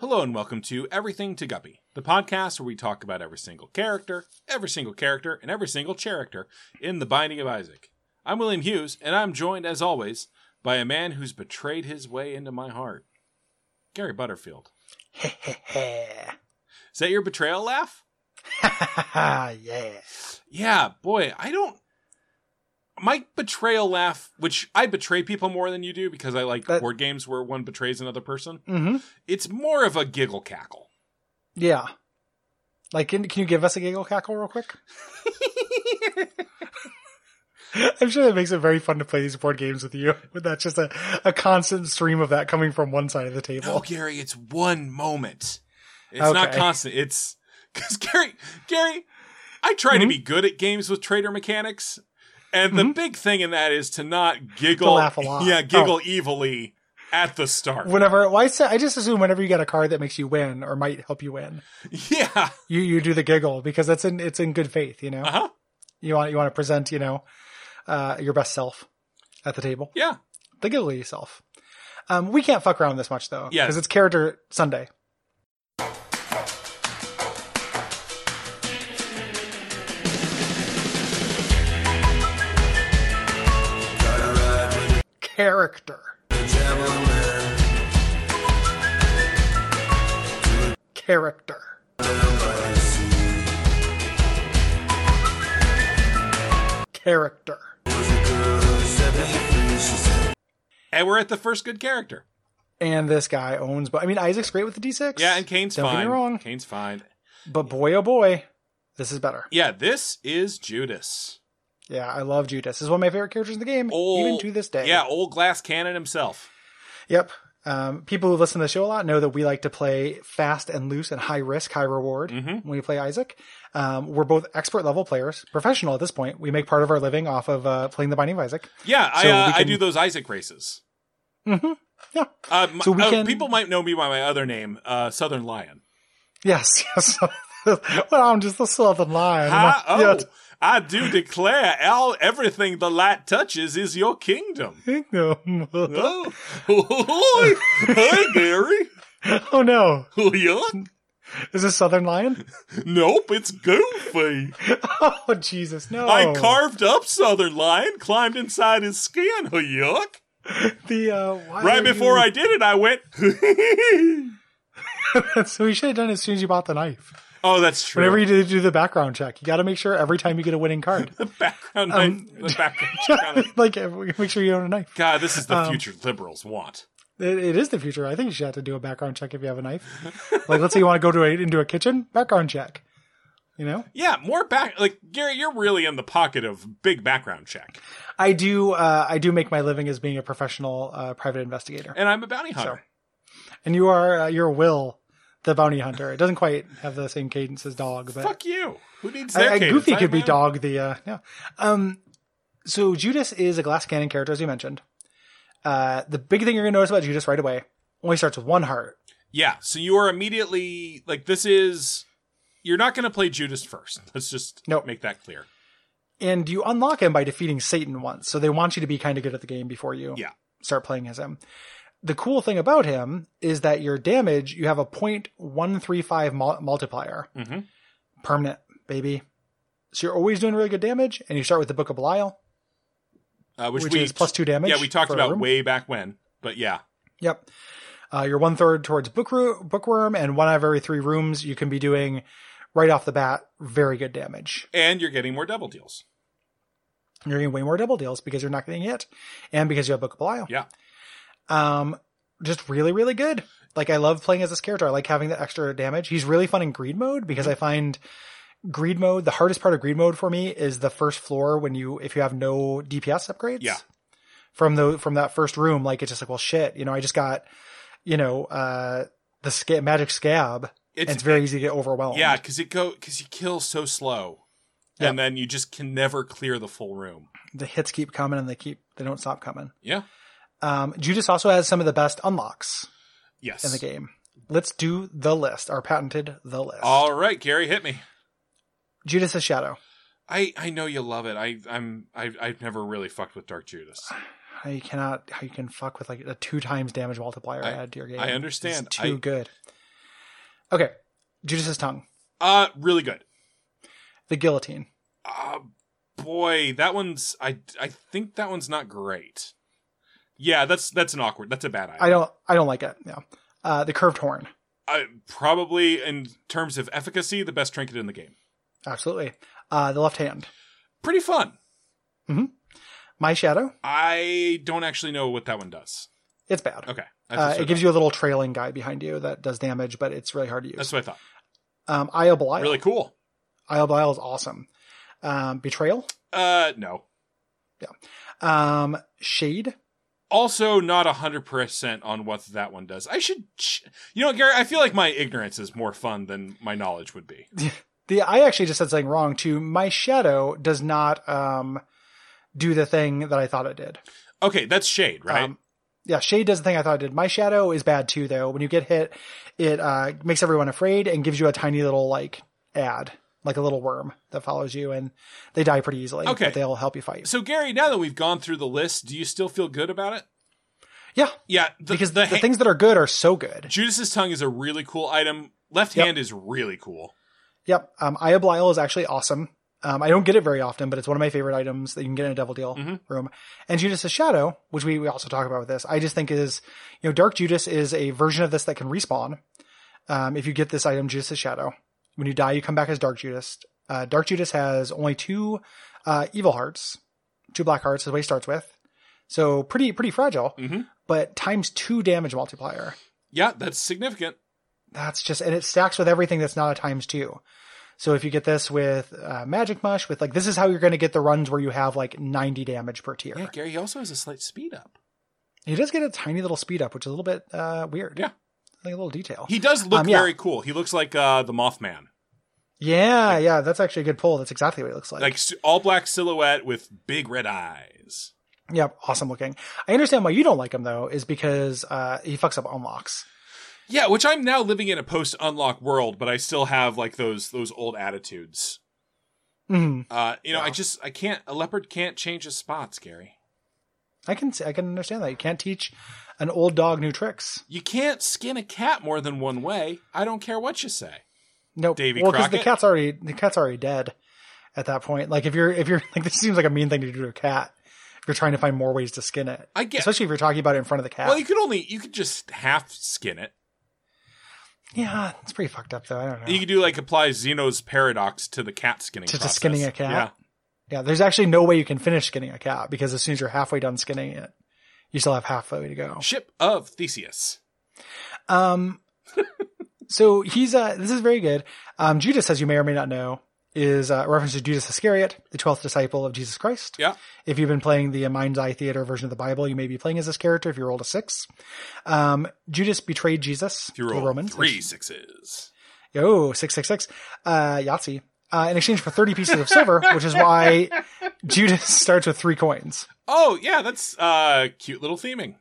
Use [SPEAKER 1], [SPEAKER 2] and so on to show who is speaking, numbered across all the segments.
[SPEAKER 1] Hello and welcome to Everything to Guppy, the podcast where we talk about every single character, every single character, and every single character in The Binding of Isaac. I'm William Hughes, and I'm joined, as always, by a man who's betrayed his way into my heart Gary Butterfield. Is that your betrayal laugh?
[SPEAKER 2] yeah.
[SPEAKER 1] Yeah, boy, I don't. My betrayal laugh, which I betray people more than you do because I like
[SPEAKER 2] That-
[SPEAKER 1] board games where one betrays another person,
[SPEAKER 2] Mm-hmm.
[SPEAKER 1] it's more of a giggle cackle.
[SPEAKER 2] Yeah. Like, can, can you give us a giggle cackle real quick? I'm sure that makes it very fun to play these board games with you. With that, just a, a constant stream of that coming from one side of the
[SPEAKER 1] No,
[SPEAKER 2] table.
[SPEAKER 1] Oh, Gary, it's one moment. It's not
[SPEAKER 2] Okay.
[SPEAKER 1] constant. It's because Gary, Gary, I try to
[SPEAKER 2] Mhm.
[SPEAKER 1] be good at games with trader mechanics, and the
[SPEAKER 2] Mhm.
[SPEAKER 1] big thing in that is to not giggle,
[SPEAKER 2] laugh a lot. Oh.
[SPEAKER 1] yeah, giggle evilly at the start.
[SPEAKER 2] Whenever, why? say I just assume whenever you get a card that makes you win or might help you win,
[SPEAKER 1] yeah,
[SPEAKER 2] you you do the giggle because that's in it's in good faith. You know,
[SPEAKER 1] uh huh,
[SPEAKER 2] you want you want to present you know uh, your best self at the table.
[SPEAKER 1] yeah,
[SPEAKER 2] the giggly yourself. Um, we can't fuck around this much though,
[SPEAKER 1] Yeah.
[SPEAKER 2] because it's character Sunday. Character, character. Character.
[SPEAKER 1] and we're at the first good character.
[SPEAKER 2] And this guy owns, but I mean, Isaac's great with the D6.
[SPEAKER 1] Yeah, and Kane's
[SPEAKER 2] Don't get
[SPEAKER 1] fine.
[SPEAKER 2] me wrong.
[SPEAKER 1] Kane's fine.
[SPEAKER 2] But boy, oh boy, this is better.
[SPEAKER 1] Yeah, this is Judas.
[SPEAKER 2] Yeah, I love Judas. This is one of my favorite characters in the game,
[SPEAKER 1] Old,
[SPEAKER 2] even to this day.
[SPEAKER 1] Oh, Yeah, old glass cannon himself.
[SPEAKER 2] Yep. Um, people who listen to the show a lot know that we like to play fast and loose and high risk, high reward
[SPEAKER 1] Mm-hmm.
[SPEAKER 2] when we play Isaac. Um, we're both expert level players, professional at this point. We make part of our living off of uh, playing the Binding of Isaac.
[SPEAKER 1] Yeah, I
[SPEAKER 2] So
[SPEAKER 1] uh,
[SPEAKER 2] we
[SPEAKER 1] I
[SPEAKER 2] can-
[SPEAKER 1] do those Isaac races.
[SPEAKER 2] hmm Yeah.
[SPEAKER 1] Uh, my,
[SPEAKER 2] So we
[SPEAKER 1] uh,
[SPEAKER 2] can-
[SPEAKER 1] people might know me by my other name, uh, Southern Lion.
[SPEAKER 2] Yes. Yes. well, I'm just the Southern Lion.
[SPEAKER 1] Ha,
[SPEAKER 2] I'm
[SPEAKER 1] oh,
[SPEAKER 2] not yet
[SPEAKER 1] I do declare, all everything the light touches is your kingdom.
[SPEAKER 2] kingdom.
[SPEAKER 1] Oh, hi, Gary.
[SPEAKER 2] oh no,
[SPEAKER 1] Oh, yeah?
[SPEAKER 2] is this Southern Lion?
[SPEAKER 1] Nope, it's Goofy.
[SPEAKER 2] oh Jesus, no!
[SPEAKER 1] I carved up Southern Lion, climbed inside his skin. Oh, yuck.
[SPEAKER 2] the uh, why
[SPEAKER 1] Right
[SPEAKER 2] are
[SPEAKER 1] before
[SPEAKER 2] you-
[SPEAKER 1] I did it, I went.
[SPEAKER 2] so you should have done it as soon as you bought the knife.
[SPEAKER 1] oh, that's true.
[SPEAKER 2] Whenever you do, do the background check, you got to make sure every time you get a winning card,
[SPEAKER 1] the background,
[SPEAKER 2] Um,
[SPEAKER 1] the background check on it.
[SPEAKER 2] like every- make sure you own a knife.
[SPEAKER 1] God, this is the
[SPEAKER 2] Um,
[SPEAKER 1] future liberals want.
[SPEAKER 2] It, it is the future. I think you should have to do a background check if you have a knife. like let's say you want to go to a, into a kitchen, background check. You know,
[SPEAKER 1] Yeah, more back. Like Gary, you're really in the pocket of big background check,
[SPEAKER 2] I do. Uh, I do make my living as being a professional uh, private investigator,
[SPEAKER 1] and I'm a bounty hunter.
[SPEAKER 2] and you are uh, your will. The bounty hunter. It doesn't quite have the same cadence as dog, but
[SPEAKER 1] Fuck you. Who needs
[SPEAKER 2] I,
[SPEAKER 1] their
[SPEAKER 2] I-
[SPEAKER 1] cadence?
[SPEAKER 2] Goofy
[SPEAKER 1] I
[SPEAKER 2] could be
[SPEAKER 1] have my own.
[SPEAKER 2] dog the uh no. Um so Judas is a glass cannon character as you mentioned. Uh the big thing you're gonna notice about Judas right away only starts with one heart.
[SPEAKER 1] Yeah. So you are immediately like this is. You're not going to play Judas first. Let's just
[SPEAKER 2] Nope.
[SPEAKER 1] make that clear.
[SPEAKER 2] And you unlock him by defeating Satan once, so they want you to be kind of good at the game before you
[SPEAKER 1] Yeah.
[SPEAKER 2] start playing as him. The cool thing about him is that your damage, you have a 0.135 mul- multiplier.
[SPEAKER 1] Mm-hmm.
[SPEAKER 2] Permanent, baby. So you're always doing really good damage, and you start with the Book of Belial,
[SPEAKER 1] Uh, which
[SPEAKER 2] which,
[SPEAKER 1] we
[SPEAKER 2] is plus two damage.
[SPEAKER 1] yeah we talked
[SPEAKER 2] for a
[SPEAKER 1] about
[SPEAKER 2] room.
[SPEAKER 1] way back when, but yeah.
[SPEAKER 2] Yep. Uh, you're one third towards bookro- bookworm, and one out of every three rooms you can be doing right off the bat very good damage.
[SPEAKER 1] And you're getting more double deals.
[SPEAKER 2] You're getting way more double deals because you're not getting hit, and because you have Book of Belial.
[SPEAKER 1] Yeah.
[SPEAKER 2] Um, just really, really good. Like I love playing as this character. I like having the extra damage. He's really fun in greed mode because
[SPEAKER 1] Mm-hmm.
[SPEAKER 2] I find greed mode the hardest part of greed mode for me is the first floor when you if you have no DPS upgrades.
[SPEAKER 1] Yeah.
[SPEAKER 2] From the from that first room, like it's just like, well, shit. You know, I just got, you know, uh, the sca- magic scab, and it's very easy to get overwhelmed.
[SPEAKER 1] yeah because it go because you kill so slow,
[SPEAKER 2] Yeah.
[SPEAKER 1] and then you just can never clear the full room.
[SPEAKER 2] the hits keep coming and they keep they don't stop coming.
[SPEAKER 1] Yeah.
[SPEAKER 2] Um, Judas also has some of the best unlocks
[SPEAKER 1] Yes.
[SPEAKER 2] in the game. Let's do the list. Our patented the list.
[SPEAKER 1] All right, Gary, hit me.
[SPEAKER 2] Judas' shadow.
[SPEAKER 1] I I know you love it. I I'm I I've never really fucked with Dark Judas.
[SPEAKER 2] How you cannot, how you can fuck with like a two times damage multiplier
[SPEAKER 1] I-
[SPEAKER 2] added to your game.
[SPEAKER 1] I understand.
[SPEAKER 2] It's too
[SPEAKER 1] I-
[SPEAKER 2] good. Okay. Judas's tongue.
[SPEAKER 1] Uh, really good.
[SPEAKER 2] The guillotine.
[SPEAKER 1] Uh, boy, that one's I I think that one's not great. Yeah, that's that's an awkward. That's a bad
[SPEAKER 2] I
[SPEAKER 1] idea.
[SPEAKER 2] don't I don't like it. No. Uh, the curved horn.
[SPEAKER 1] I, probably in terms of efficacy, the best trinket in the game.
[SPEAKER 2] Absolutely. Uh, the left hand.
[SPEAKER 1] Pretty fun.
[SPEAKER 2] My shadow.
[SPEAKER 1] I don't actually know what that one does.
[SPEAKER 2] It's bad.
[SPEAKER 1] Okay, that's,
[SPEAKER 2] Uh,
[SPEAKER 1] what, I
[SPEAKER 2] it gives you a little trailing guy behind you that does damage, but it's really hard to
[SPEAKER 1] that's
[SPEAKER 2] use.
[SPEAKER 1] what I thought.
[SPEAKER 2] Um, Eye of Belial.
[SPEAKER 1] Really cool.
[SPEAKER 2] Eye of Belial is awesome. Um, Betrayal.
[SPEAKER 1] Uh, no.
[SPEAKER 2] Um, Shade.
[SPEAKER 1] Also, not hundred percent on what that one does. I should, ch- you know, Gary. I feel like my ignorance is more fun than my knowledge would be.
[SPEAKER 2] The I actually just said something wrong too. My shadow does not um, do the thing that I thought it did.
[SPEAKER 1] Okay, that's shade, right?
[SPEAKER 2] Um, yeah, shade does the thing I thought it did. My shadow is bad too, though. When you get hit, it uh, makes everyone afraid and gives you a tiny little like ad, like a little worm that follows you, and they die pretty easily.
[SPEAKER 1] Okay.
[SPEAKER 2] but they'll help you fight.
[SPEAKER 1] so, Gary, now that we've gone through the list, do you still feel good about it?
[SPEAKER 2] Yeah,
[SPEAKER 1] Yeah, the,
[SPEAKER 2] because
[SPEAKER 1] the,
[SPEAKER 2] the,
[SPEAKER 1] ha-
[SPEAKER 2] things that are good are so good.
[SPEAKER 1] Judas's tongue is a really cool item. Left
[SPEAKER 2] Yep.
[SPEAKER 1] hand is really cool.
[SPEAKER 2] Yep. Um, Eye of Belial is actually awesome. Um, I don't get it very often, but it's one of my favorite items that you can get in a Devil Deal
[SPEAKER 1] Mhm.
[SPEAKER 2] room. And Judas' Shadow, which we, we also talk about with this, I just think is, you know, Dark Judas is a version of this that can respawn. Um, if you get this item, Judas' Shadow, when you die, you come back as Dark Judas. Uh, Dark Judas has only two uh, evil hearts, two black hearts is what he starts with. So pretty, pretty fragile,
[SPEAKER 1] Mhm.
[SPEAKER 2] but times two damage multiplier
[SPEAKER 1] Yeah, that's significant.
[SPEAKER 2] that's just and it stacks with everything that's not a times two so if you get this with uh, magic mush with like this is how you're going to get the runs where you have like 90 damage per tier
[SPEAKER 1] Yeah, Gary, he also has a slight speed up.
[SPEAKER 2] he does get a tiny little speed up which is a little bit uh, weird
[SPEAKER 1] Yeah.
[SPEAKER 2] like a little detail
[SPEAKER 1] He does look
[SPEAKER 2] Um, yeah.
[SPEAKER 1] very cool. He looks like uh, the Mothman.
[SPEAKER 2] yeah yeah that's actually a good pull that's exactly what it looks like,
[SPEAKER 1] Like s- all black silhouette with big red eyes.
[SPEAKER 2] yeah awesome looking i understand why you don't like him though is because uh, he fucks up unlocks
[SPEAKER 1] Yeah, which I'm now living in a post unlock world, but I still have like those those old attitudes.
[SPEAKER 2] Mhm.
[SPEAKER 1] Uh, you know, I
[SPEAKER 2] Yeah.
[SPEAKER 1] just I can't a leopard can't change his spots, Gary.
[SPEAKER 2] i can i can understand that you can't teach an old dog new tricks
[SPEAKER 1] You can't skin a cat more than one way. I don't care what you say.
[SPEAKER 2] Nope.
[SPEAKER 1] Davy
[SPEAKER 2] well, because the
[SPEAKER 1] Crockett?
[SPEAKER 2] cat's already the cat's already dead at that point. Like if you're if you're like this seems like a mean thing to do to a cat. If you're trying to find more ways to skin it,
[SPEAKER 1] I get
[SPEAKER 2] especially if you're talking about it in front of the cat.
[SPEAKER 1] Well, you could only you could just half skin it.
[SPEAKER 2] yeah, it's pretty fucked up though. I don't know.
[SPEAKER 1] You could do like apply Zeno's paradox to the cat skinning
[SPEAKER 2] To- to
[SPEAKER 1] process.
[SPEAKER 2] skinning a cat?
[SPEAKER 1] Yeah.
[SPEAKER 2] yeah, there's actually no way you can finish skinning a cat because as soon as you're halfway done skinning it, you still have halfway to go.
[SPEAKER 1] Ship of Theseus.
[SPEAKER 2] Um, so he's uh, this is very good. Um, Judas, as you may or may not know, is uh, a reference to Judas Iscariot, the twelfth disciple of Jesus Christ.
[SPEAKER 1] Yeah.
[SPEAKER 2] If you've been playing the Mind's Eye Theater version of the Bible, you may be playing as this character if you rolled a six. Um, Judas betrayed Jesus
[SPEAKER 1] If you
[SPEAKER 2] to
[SPEAKER 1] roll
[SPEAKER 2] the Romans.
[SPEAKER 1] three sixes.
[SPEAKER 2] Yo, six six six. Uh, Yahtzee. Uh, in exchange for thirty pieces of silver, which is why Judas starts with three coins.
[SPEAKER 1] Oh yeah, that's uh cute little theming.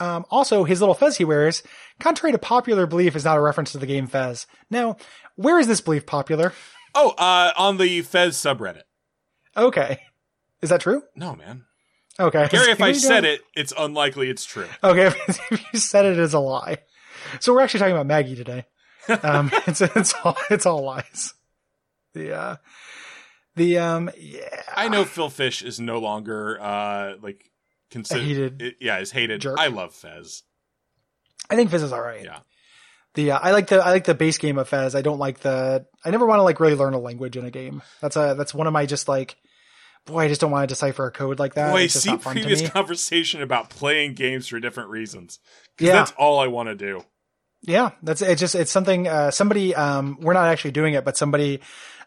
[SPEAKER 2] Um, also, his little fez he wears, contrary to popular belief, is not a reference to the game Fez. Now, where is this belief popular?
[SPEAKER 1] Oh, uh on the Fez subreddit.
[SPEAKER 2] Okay, is that true?
[SPEAKER 1] No, man.
[SPEAKER 2] Okay,
[SPEAKER 1] Gary, if I said it, it's unlikely it's true.
[SPEAKER 2] Okay, if you said it is a lie. So we're actually talking about Maggie today. Um, it's it's all it's all lies. The uh, the um yeah
[SPEAKER 1] I know Phil Fish is no longer uh like considered
[SPEAKER 2] Hated.
[SPEAKER 1] yeah, is hated.
[SPEAKER 2] Jerk.
[SPEAKER 1] I love Fez.
[SPEAKER 2] I think Fez is all right.
[SPEAKER 1] Yeah.
[SPEAKER 2] The uh, I like the I like the base game of Fez. I don't like the I never want to like really learn a language in a game. That's a that's one of my just like boy I just don't want to decipher a code like that.
[SPEAKER 1] Boy,
[SPEAKER 2] uh, it's just
[SPEAKER 1] see
[SPEAKER 2] not fun to
[SPEAKER 1] previous
[SPEAKER 2] me.
[SPEAKER 1] conversation about playing games for different reasons. 'Cause
[SPEAKER 2] Yeah.
[SPEAKER 1] That's all I want to do.
[SPEAKER 2] Yeah, that's it. Just it's something uh, somebody. Um, we're not actually doing it, but somebody.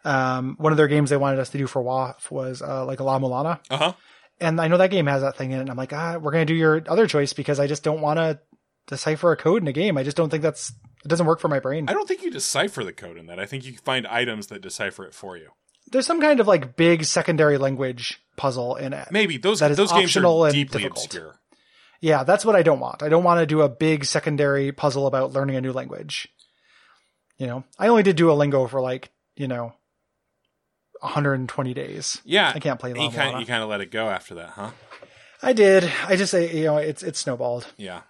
[SPEAKER 2] Um, one of their games they wanted us to do for WAF was uh, like La Mulana,
[SPEAKER 1] Uh huh.
[SPEAKER 2] and I know that game has that thing in it. And I'm like, ah, we're gonna do your other choice because I just don't want to decipher a code in a game. I just don't think that's it doesn't work for my brain.
[SPEAKER 1] I don't think you decipher the code in that. I think you find items that decipher it for you.
[SPEAKER 2] There's some kind of like big secondary language puzzle in it.
[SPEAKER 1] Maybe those
[SPEAKER 2] That is
[SPEAKER 1] those games
[SPEAKER 2] optional
[SPEAKER 1] are
[SPEAKER 2] and
[SPEAKER 1] deeply
[SPEAKER 2] difficult.
[SPEAKER 1] obscure.
[SPEAKER 2] Yeah, that's what I don't want. I don't want to do a big secondary puzzle about learning a new language. You know, I only did Duolingo for like you know, 120 days.
[SPEAKER 1] Yeah,
[SPEAKER 2] I can't play La
[SPEAKER 1] you kind
[SPEAKER 2] Mulana.
[SPEAKER 1] you kind of let it go after that, huh?
[SPEAKER 2] uh, I did. I just say you know it's it's snowballed.
[SPEAKER 1] Yeah,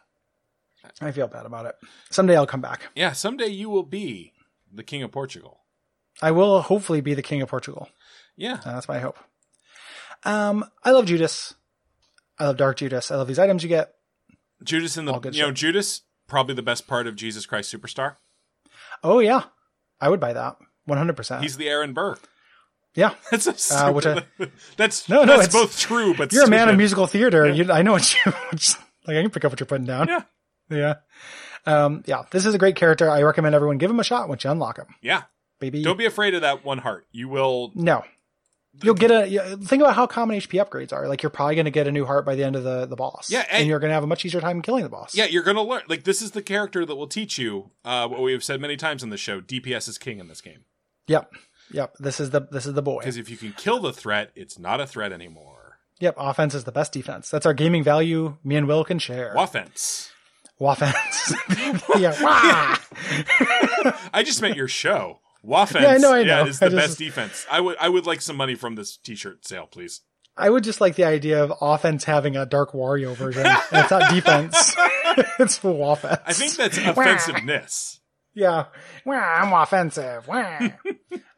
[SPEAKER 2] I feel bad about it. Someday I'll come back.
[SPEAKER 1] Yeah, someday you will be the king of Portugal.
[SPEAKER 2] I will hopefully be the king of Portugal.
[SPEAKER 1] Yeah,
[SPEAKER 2] Uh, that's my hope. Um, I love Judas. I love Dark Judas. I love these items you get.
[SPEAKER 1] Judas in the
[SPEAKER 2] All good
[SPEAKER 1] you know
[SPEAKER 2] shit.
[SPEAKER 1] Judas probably the best part of Jesus Christ Superstar.
[SPEAKER 2] Oh yeah, I would buy that. One hundred percent.
[SPEAKER 1] He's the Aaron Burr.
[SPEAKER 2] Yeah,
[SPEAKER 1] That's so
[SPEAKER 2] Uh, which
[SPEAKER 1] stupid. that's
[SPEAKER 2] No, no,
[SPEAKER 1] That's
[SPEAKER 2] it's-
[SPEAKER 1] both true, but
[SPEAKER 2] you're a man
[SPEAKER 1] stupid.
[SPEAKER 2] of musical theater. You, I know what you. like I can pick up what you're putting down.
[SPEAKER 1] Yeah.
[SPEAKER 2] yeah, um, yeah. This is a great character. I recommend everyone give him a shot once you unlock him,
[SPEAKER 1] Yeah,
[SPEAKER 2] baby.
[SPEAKER 1] don't be afraid of that one heart. You will.
[SPEAKER 2] no. You'll get a you- think about how common HP upgrades are. Like you're probably going to get a new heart by the end of the, the boss.
[SPEAKER 1] Yeah,
[SPEAKER 2] and,
[SPEAKER 1] and-
[SPEAKER 2] you're going to have a much easier time killing the boss.
[SPEAKER 1] Yeah, you're gonna learn. Like this is the character that will teach you uh, what we have said many times on the show. DPS is king in this game
[SPEAKER 2] yep, yep. This is the this is the boy.
[SPEAKER 1] because if you can kill the threat, it's not a threat anymore.
[SPEAKER 2] Yep, offense is the best defense. That's our gaming value. Me and Will can share.
[SPEAKER 1] Offense.
[SPEAKER 2] Waffense. yeah. wah!
[SPEAKER 1] I just meant your show. Waffense.
[SPEAKER 2] Yeah, I know, I
[SPEAKER 1] Yeah,
[SPEAKER 2] know.
[SPEAKER 1] it is the
[SPEAKER 2] I just-
[SPEAKER 1] best defense. I would I would like some money from this T-shirt sale, please.
[SPEAKER 2] I would just like the idea of offense having a Dark Wario version. and it's not defense. it's waffense.
[SPEAKER 1] I think that's offensiveness.
[SPEAKER 2] Yeah. Wah, I'm offensive. Wah.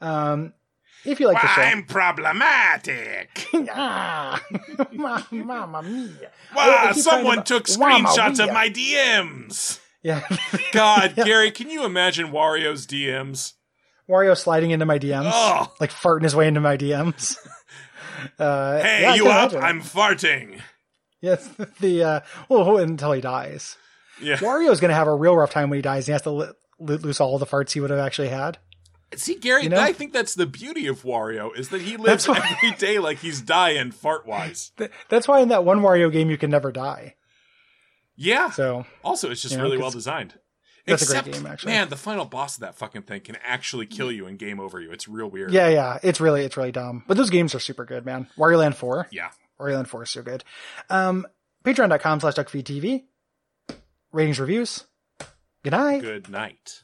[SPEAKER 2] um, if you like the
[SPEAKER 1] I'm problematic.
[SPEAKER 2] show. ah, Ma- mamma mia. I- I
[SPEAKER 1] Wow,
[SPEAKER 2] keep
[SPEAKER 1] someone
[SPEAKER 2] finding-
[SPEAKER 1] took
[SPEAKER 2] Mama
[SPEAKER 1] screenshots of
[SPEAKER 2] mia.
[SPEAKER 1] my DMs.
[SPEAKER 2] Yeah.
[SPEAKER 1] God, Gary, can you imagine Wario's DMs?
[SPEAKER 2] Wario sliding into my DMs.
[SPEAKER 1] Oh,
[SPEAKER 2] Like farting his way into my DMs. Uh,
[SPEAKER 1] hey,
[SPEAKER 2] yeah, I
[SPEAKER 1] you
[SPEAKER 2] can
[SPEAKER 1] up?
[SPEAKER 2] imagine.
[SPEAKER 1] I'm farting.
[SPEAKER 2] Yes, the uh, well until he dies.
[SPEAKER 1] Yeah.
[SPEAKER 2] Wario's going to have a real rough time when he dies. And he has to lo- lo- lose all the farts he would have actually had.
[SPEAKER 1] See, Gary,
[SPEAKER 2] You know?
[SPEAKER 1] I think that's the beauty of Wario is that he lives
[SPEAKER 2] That's why-
[SPEAKER 1] every day like he's dying fart wise.
[SPEAKER 2] Th- that's why in that one Wario game you can never die.
[SPEAKER 1] Yeah.
[SPEAKER 2] So
[SPEAKER 1] Also, it's just
[SPEAKER 2] Yeah,
[SPEAKER 1] really
[SPEAKER 2] it's-
[SPEAKER 1] well designed.
[SPEAKER 2] that's a great game, actually.
[SPEAKER 1] Man, the final boss of that fucking thing can actually kill you and game over you. It's real weird.
[SPEAKER 2] yeah, yeah, it's really it's really dumb. But those games are super good, man. Wario Land Four,
[SPEAKER 1] Yeah.
[SPEAKER 2] Wario Land Four is so good. Um, Patreon.com/slash DuckFeedTV. Ratings, reviews. Good night.
[SPEAKER 1] Good night.